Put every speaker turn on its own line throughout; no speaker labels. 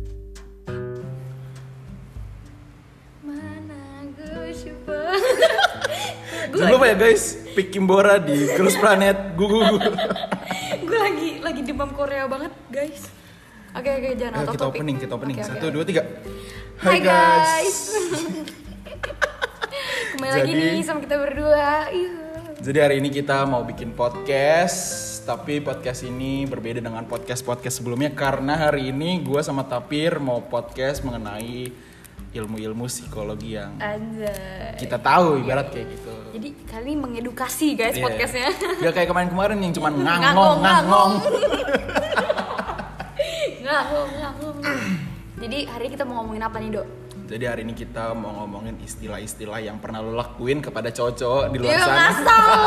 ya, guys, Pick Kimbora di Girls Planet. Gugu. ya?
gue lagi lagi demam Korea banget guys oke oke jangan
Ayo
out of
kita
topic.
opening, kita opening.
Oke, oke.
Satu, dua, tiga.
Hai guys kembali lagi
Jadi-
nih sama kita berdua Iya.
Jadi hari ini kita mau bikin podcast, tapi podcast ini berbeda dengan podcast-podcast sebelumnya karena hari ini gue sama Tapir mau podcast mengenai ilmu-ilmu psikologi yang
Anjay.
kita tahu ibarat kayak gitu.
jadi kali ini mengedukasi guys
Iya.
podcastnya
Gak kayak kemarin-kemarin yang cuman ngangong
Ngangong,
ngangong.
ngangong ngangong jadi hari ini kita mau ngomongin apa nih dok
Jadi hari ini kita mau ngomongin istilah-istilah yang pernah lo lakuin kepada cowok-cowok di luar
Iya,
sana.
ngasal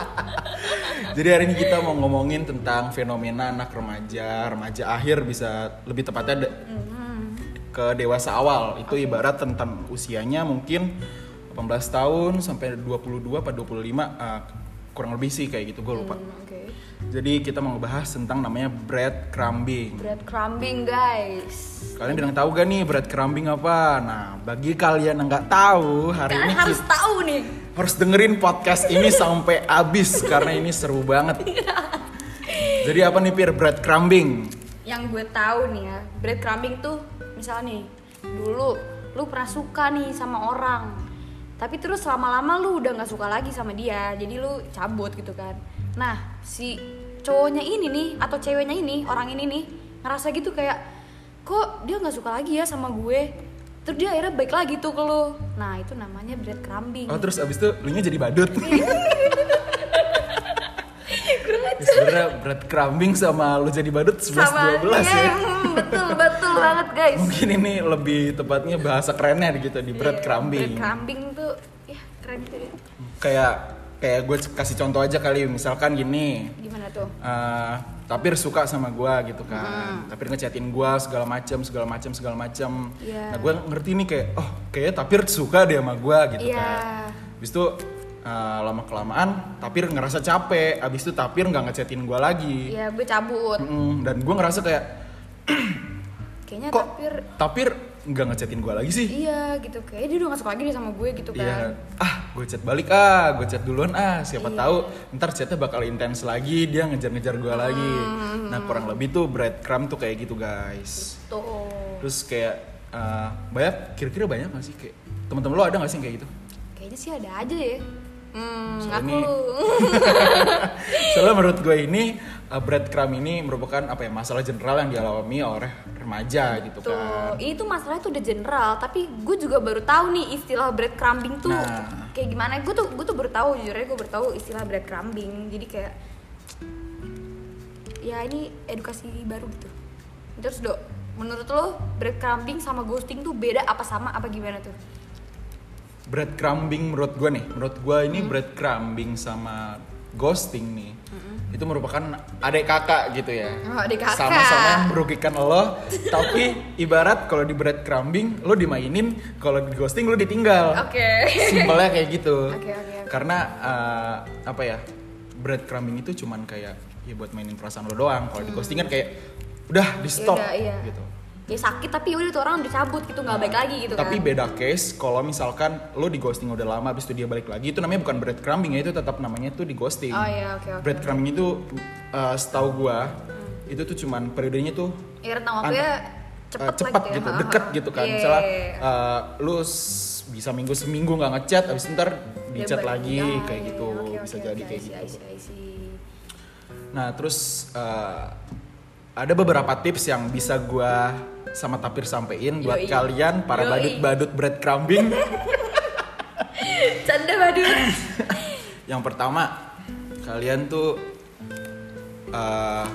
Jadi hari ini kita mau ngomongin tentang fenomena anak remaja, remaja akhir bisa lebih tepatnya de- ke dewasa awal. Itu ibarat tentang usianya mungkin 18 tahun sampai 22 atau 25 eh, kurang lebih sih kayak gitu gue lupa.
Hmm, oke
Jadi kita mau ngebahas tentang namanya breadcrumbing.
bread crumbing guys
Kalian bilang tahu gak nih breadcrumbing apa? Nah, bagi kalian yang nggak tahu, hari
kalian
ini
Kan harus
kita
tahu nih
harus dengerin podcast ini sampai abis karena ini seru banget. Jadi apa nih Pir breadcrumbing?
yang gue tahu nih ya breadcrumbing tuh misalnya nih dulu lu pernah suka nih sama orang tapi terus lama-lama lu udah nggak suka lagi sama dia jadi lu cabut gitu kan nah si cowoknya ini nih atau ceweknya ini orang ini nih ngerasa gitu kayak kok dia nggak suka lagi ya sama gue terus dia akhirnya baik lagi tuh ke lu nah itu namanya breadcrumbing
Oh terus abis itu lu nya jadi badut. Ya, Sebenernya breadcrumbing sama lu jadi badut 11-12 ya.
iya, mm, betul betul banget guys
Mungkin ini lebih tepatnya bahasa kerennya gitu di
Iya,
breadcrumbing.
breadcrumbing tuh ya keren tuh ya.
Kayak kayak gue kasih contoh aja kali misalkan gini.
gimana tuh
eh tapir suka sama gua gitu kan tapir ngechatin gua segala macam segala macam segala macam
Iya.
nah gua ngerti nih kayak oh kayaknya tapir suka dia sama gua gitu
Iya.
kan abis itu eh, lama kelamaan tapir ngerasa capek abis itu tapir nggak ngechatin gua lagi
Iya, gue cabut.
Mm, dan gua ngerasa kayak
Kayaknya
kok
tapir
tapir nggak ngechatin gua lagi sih
iya gitu. Kayaknya dia udah gak suka lagi deh sama gue gitu kan. Iya.
Iya, ah, gue chat balik ah, gue chat duluan ah, siapa tahu ntar chatnya bakal intens lagi, dia ngejar-ngejar gue lagi.
Mm-hmm.
Nah kurang lebih tuh breadcrumb tuh kayak gitu guys.
Tuh.
Terus kayak eh, banyak, kira-kira banyak gak sih kayak teman-teman lo ada gak sih yang kayak gitu?
Kayaknya sih ada aja ya. Hmm,
Soalnya
ngaku
ini-
lu.
Soalnya menurut gue ini eh, breadcrumb ini merupakan apa ya masalah general yang dialami oleh remaja gitu
Tuh,
kan.
ini tuh masalahnya tuh udah general, tapi gue juga baru tahu nih istilah breadcrumbing tuh
Nah.
kayak gimana. Gue tuh gue tuh baru tahu jujur aja gue baru tahu istilah breadcrumbing. Jadi kayak ya ini edukasi baru gitu. Terus, Dok, menurut lo breadcrumbing sama ghosting tuh beda apa sama apa gimana tuh?
breadcrumbing menurut gue nih menurut gue ini
Hmm.
breadcrumbing sama ghosting nih itu merupakan adek kakak gitu ya
Hmm. Oh, adik kakak.
sama-sama merugikan lo tapi ibarat kalau di breadcrumbing lo dimainin kalau di ghosting lo ditinggal
Oke.
simpelnya kayak gitu
Oke, oke, oke.
karena eh, apa ya breadcrumbing itu cuman kayak ya buat mainin perasaan lo doang kalau di ghosting kan kayak udah di stop
Yaudah, Hmm. iya.
gitu
ya sakit tapi udah tuh orang dicabut gitu nggak baik lagi gitu
Tapi
kan
beda case kalau misalkan lo di ghosting udah lama habis itu dia balik lagi itu namanya bukan breadcrumbing ya itu tetap namanya itu di ghosting.
Oh, iya, oke, oke,
Breadcrumbing itu uh, setahu gua
Hmm.
itu tuh cuman periodenya tuh
ya rentang waktunya cepet,
uh, cepat
lagi
gitu,
ya.
deket gitu kan.
Iya,
Misalnya
iya, iya.
uh, lo s- bisa minggu seminggu nggak ngechat habis itu ntar
Dia
dicat
balik.
lagi
Ah,
kayak
iya,
gitu
iya, oke,
bisa
oke,
jadi
oke,
kayak
I see,
gitu.
I see, I see.
Nah, terus eh, ada beberapa tips yang bisa gua sama Tapir sampein buat
Yoi.
kalian para
Yoi.
badut-badut breadcrumbing.
canda badut
yang pertama, kalian tuh eh,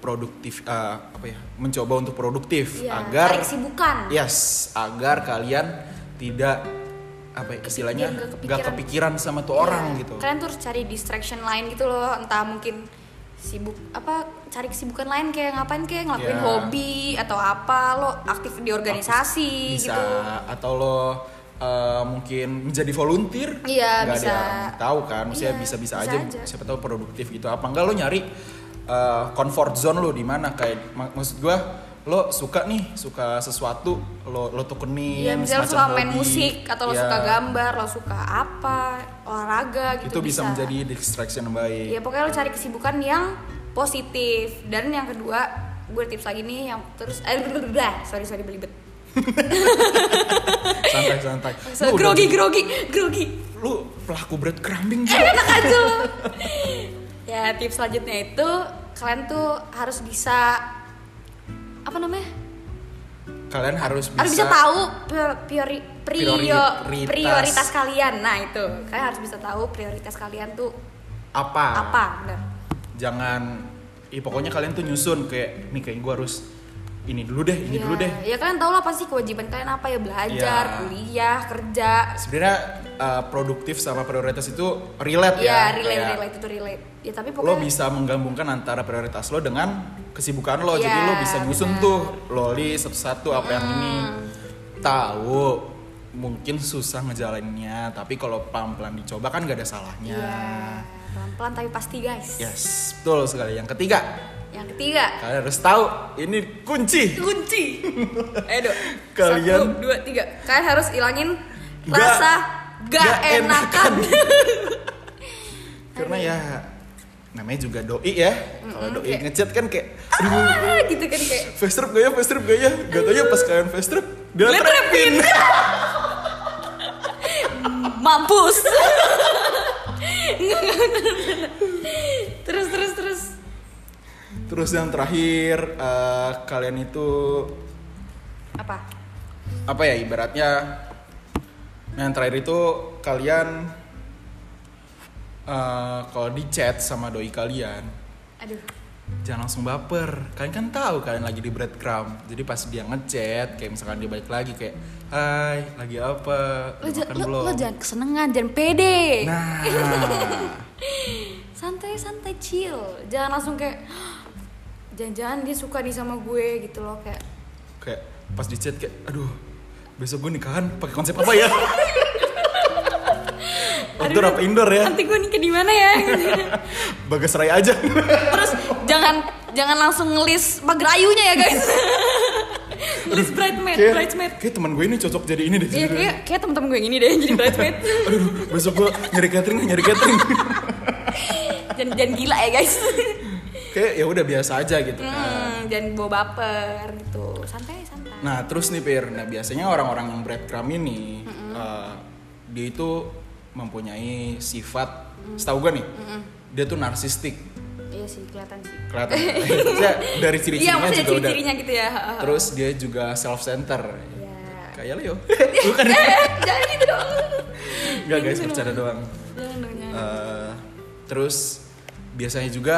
produktif eh, apa ya? Mencoba untuk produktif
Iya,
agar
cari kesibukan
yes, agar kalian tidak apa ya, istilahnya
nggak
nggak kepikiran sama tuh orang
Iya.
gitu.
kalian tuh harus cari distraction lain gitu loh entah mungkin sibuk apa cari kesibukan lain kayak ngapain kayak ngelakuin
Iya.
hobi atau apa lo aktif di organisasi
bisa
gitu
atau lo eh, mungkin menjadi volunteer
Iya,
Nggak
bisa.
ada yang tahu kan maksudnya
Iya,
bisa bisa
bisa
aja,
aja.
siapa tahu produktif gitu apa enggak lo nyari eh, comfort zone lo di mana kayak mak- maksud gua lo suka nih suka sesuatu lo lo tukenin
Iya, misalnya lo suka
semacam
main
hobi.
musik atau lo
Iya,
suka gambar, lo suka apa, olahraga
itu
gitu
bisa, menjadi distraction yang
Ya
baik
pokoknya lo cari kesibukan yang positif dan yang kedua gue tips lagi nih yang terus eh blablabla. sorry sorry belibet
santai santai
So,
Oh, udah- gitu
grogi grogi grogi
lu pelaku bread
Eh,
crumbing
enak aja lo. ya tips selanjutnya itu kalian tuh harus bisa apa namanya
kalian harus bisa,
harus bisa tahu prior- priori, prior-
Prioritas.
prioritas. kalian nah itu kalian harus bisa tahu prioritas kalian tuh
apa
apa bener
jangan ih, pokoknya kalian tuh nyusun kayak nih kayak gue harus ini dulu deh ini
ya,
dulu deh
ya kalian tau lah pasti kewajiban kalian apa ya belajar
Iya.
kuliah kerja
sebenarnya uh, produktif sama prioritas itu relate
ya,
ya
relate
kayak
relate itu relate ya tapi
lo
pokoknya
bisa menggabungkan antara prioritas lo dengan kesibukan lo jadi
Ya,
lo bisa
benar.
nyusun
Hmm.
tuh lo list satu apa yang ini tahu mungkin susah ngejalaninnya tapi kalau pelan-pelan dicoba kan gak ada salahnya
ya pelan pelan tapi pasti guys
yes betul sekali yang ketiga
yang ketiga
kalian harus tahu ini kunci
kunci ayo dong
Kalian-
satu dua tiga kalian harus ilangin
Nggak-
rasa gak,
nggak
enakan,
karena ya namanya juga doi ya kalau doi
kayak-
ngechat kan kayak
Ah, gitu kan kayak
fast trip gak ya fast trip gak ya gak tau ya pas kalian fast trip dia
Dia
trepin
mampus Nggak, nggak, nggak. terus terus terus
terus yang terakhir eh, kalian itu
apa
apa ya ibaratnya nah, yang terakhir itu kalian eh, kalau di chat sama doi kalian
aduh
jangan langsung baper kalian kan tahu kalian lagi di breadcrumb jadi pas dia ngechat kayak misalkan dia balik lagi kayak hai lagi apa
lo,
Udah
ja-
makan
lo,
belum
lo jangan kesenengan jangan pede
nah
santai santai chill jangan langsung kayak "Hah, jangan-jangan dia suka nih sama gue gitu loh kayak
kayak pas di chat kayak aduh besok gue nikahan pakai konsep apa ya outdoor
Aduh,
apa indoor ya
nanti gue nikah di mana ya
bagas raya aja
Terus jangan jangan langsung ngelis pagrayunya ya guys. List bridesmaid, bridesmaid.
kayak teman gue ini cocok jadi ini deh
Iya kayak kayak temen-temen gue yang ini deh yang jadi bridesmaid.
aduh besok gue nyari catering nyari catering
jangan jangan gila ya guys.
kayak ya udah biasa aja gitu kan
Hmm, jangan bawa baper gitu. Santai santai.
Nah terus nih Pir, nah biasanya orang-orang yang breadcrumb ini eh, dia itu mempunyai sifat, setahu gue nih, dia tuh narsistik
Iya sih kelihatan sih.
kelihatan. Maksudnya dari
Iya
ciri-cirinya
maksudnya
juga udah.
ciri-cirinya gitu ya.
Terus dia juga self center.
Ya.
Kayak Leo,
Eh, jangan gitu dong.
nggak guys bercanda doang.
Jangan dong jangan.
Eh, terus biasanya juga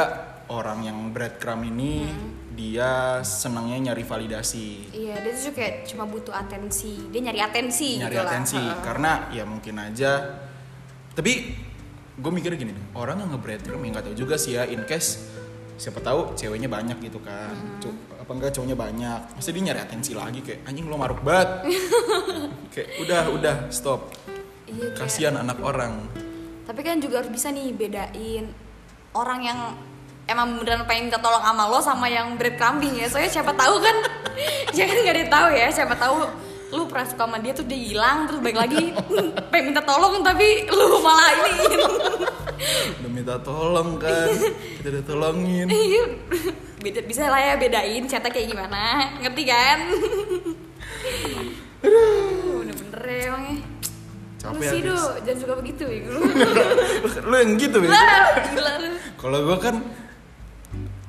orang yang breadcrumb ini dia senangnya nyari validasi.
Iya, dia tuh kayak cuma butuh atensi. Dia nyari atensi
nyari
gitu lah.
atensi
Heeh.
karena ya mungkin aja tapi gue mikirnya gini deh orang yang nge-breadcrumb ya nggak tahu juga sih ya in case siapa tahu ceweknya banyak gitu kan
Mm-hmm.
Cu- apa enggak cowoknya banyak mesti dia nyari atensi lagi kayak anjing lo maruk banget kayak udah udah stop
Iya, kayak-
kasihan anak orang
Tapi kan juga harus bisa nih bedain orang yang emang beneran pengen minta tolong sama lo sama yang breadcrumbing ya. Soalnya siapa tahu kan, jangan nggak ada yang tahu ya. Siapa tahu lu pernah suka sama dia tuh dia hilang terus balik lagi "Hmm, pengen minta tolong tapi lu malah ini
udah minta tolong kan kita udah tolongin
Iya. Beda- bisa lah ya bedain chatnya kayak gimana ngerti kan Aduh, bener-bener ya emangnya lu
Capek
sih
ya,
Do, jangan suka begitu ya lu
lu yang gitu ya
Lah, gila lu
kalau gue kan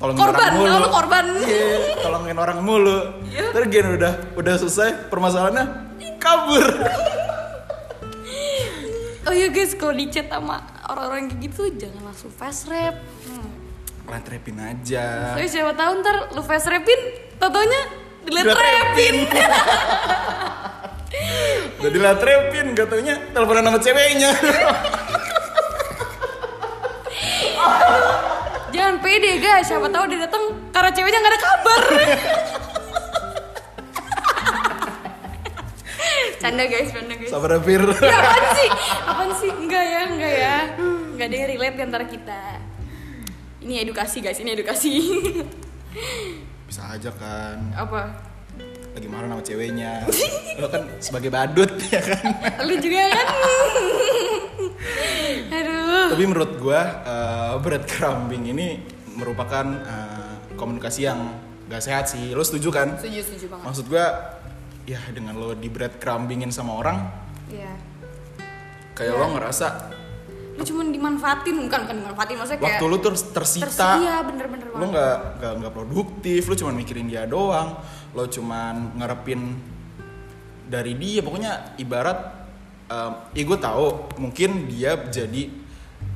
tolongin
Korban,
orang mulu
lu korban. Iya.
Iya, tolongin orang mulu terus gini udah udah selesai permasalahannya kabur
Oh iya guys, kalau di chat sama orang-orang kayak gitu jangan langsung fast rap. Hmm.
lantrepin aja
Soalnya siapa tahu ntar lu fast rapin, totonya delete
Delete
rapin.
udah dilantrepin gak taunya teleponan sama ceweknya
jangan pede guys, siapa tahu dia datang karena ceweknya nggak ada kabar. canda guys, canda guys.
sabar Fir
Ya, apaan sih? Apaan sih? Enggak ya, enggak ya. Enggak ada yang relate di antara kita. Ini edukasi guys, ini edukasi.
bisa aja kan
apa
lagi marah sama ceweknya lo kan sebagai badut ya kan
lu juga kan aduh
tapi menurut gua eh, breadcrumbing ini merupakan eh, komunikasi yang gak sehat sih lo setuju kan
setuju setuju banget
maksud gua ya dengan lo di breadcrumbingin sama orang
iya
kayak lo ngerasa
lu cuman dimanfaatin bukan bukan dimanfaatin maksudnya kayak
waktu lo terus tersita
tersedia bener-bener
lo
banget
nggak nggak nggak produktif lo cuman mikirin dia doang lo cuman ngarepin dari dia pokoknya ibarat em, ya gue tahu mungkin dia jadi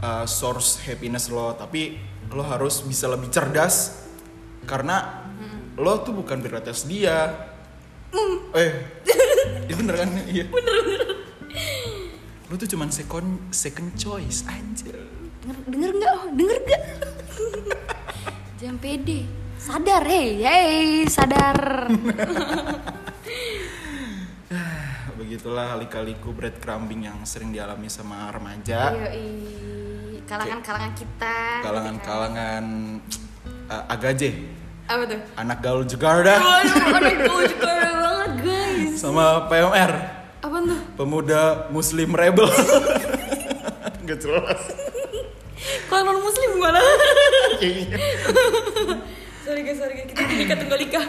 eh, source happiness lo tapi lo harus bisa lebih cerdas karena lo tuh bukan prioritas dia eh itu bener kan iya bener bener lo tuh cuman second second choice anjir
denger denger nggak oh denger nggak jangan pede sadar hei hey sadar
Begitulah lika-liku breadcrumbing yang sering dialami sama remaja,
Yoi. kalangan-kalangan kita
kalangan-kalangan eh, agaje,
apa tuh
anak gaul Jakarta,
Waduh, anak gaul Jakarta banget guys
sama PMR,
Apa tuh?
pemuda Muslim rebel. Gak jelas.
Kalau non muslim gimana?
Iya.
sorry guys, sorry guys Kita nikah tunggal nikah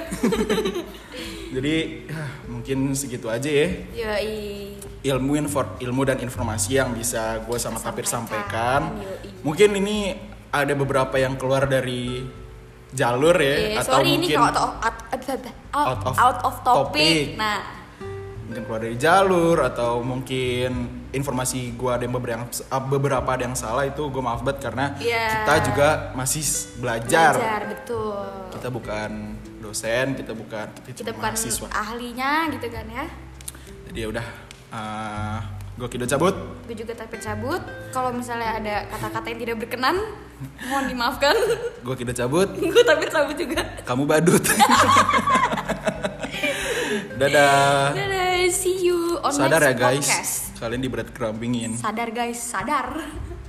Jadi ah, mungkin segitu aja ya
Yoi
ilmu infor, ilmu dan informasi yang bisa gue sama Tapir
Sampaikan.
sampaikan.
Yoi.
Mungkin ini ada beberapa yang keluar dari jalur
Eh,
ya, atau
sorry ini
mungkin
kalau out, of- out- out- out-
Out of
out of topic.
topic.
Nah,
mungkin keluar dari jalur atau mungkin informasi gue ada yang beberapa yang, ah, beberapa ada yang salah itu gue maaf banget karena
Iya.
kita juga masih s- belajar.
belajar, betul.
kita bukan dosen kita bukan kita,
Kita
cuma
bukan
mahasiswa
ahlinya gitu kan ya.
jadi ya udah eh, gue kido cabut
Gue juga tapi cabut. Kalau misalnya ada kata-kata yang tidak berkenan, mohon dimaafkan.
gue kido cabut
Gue tapi cabut juga.
kamu badut dadah
Dadah, see you on
sadar ya
next
guys
podcast.
kalian di breadcrumbingin
Sadar guys, sadar.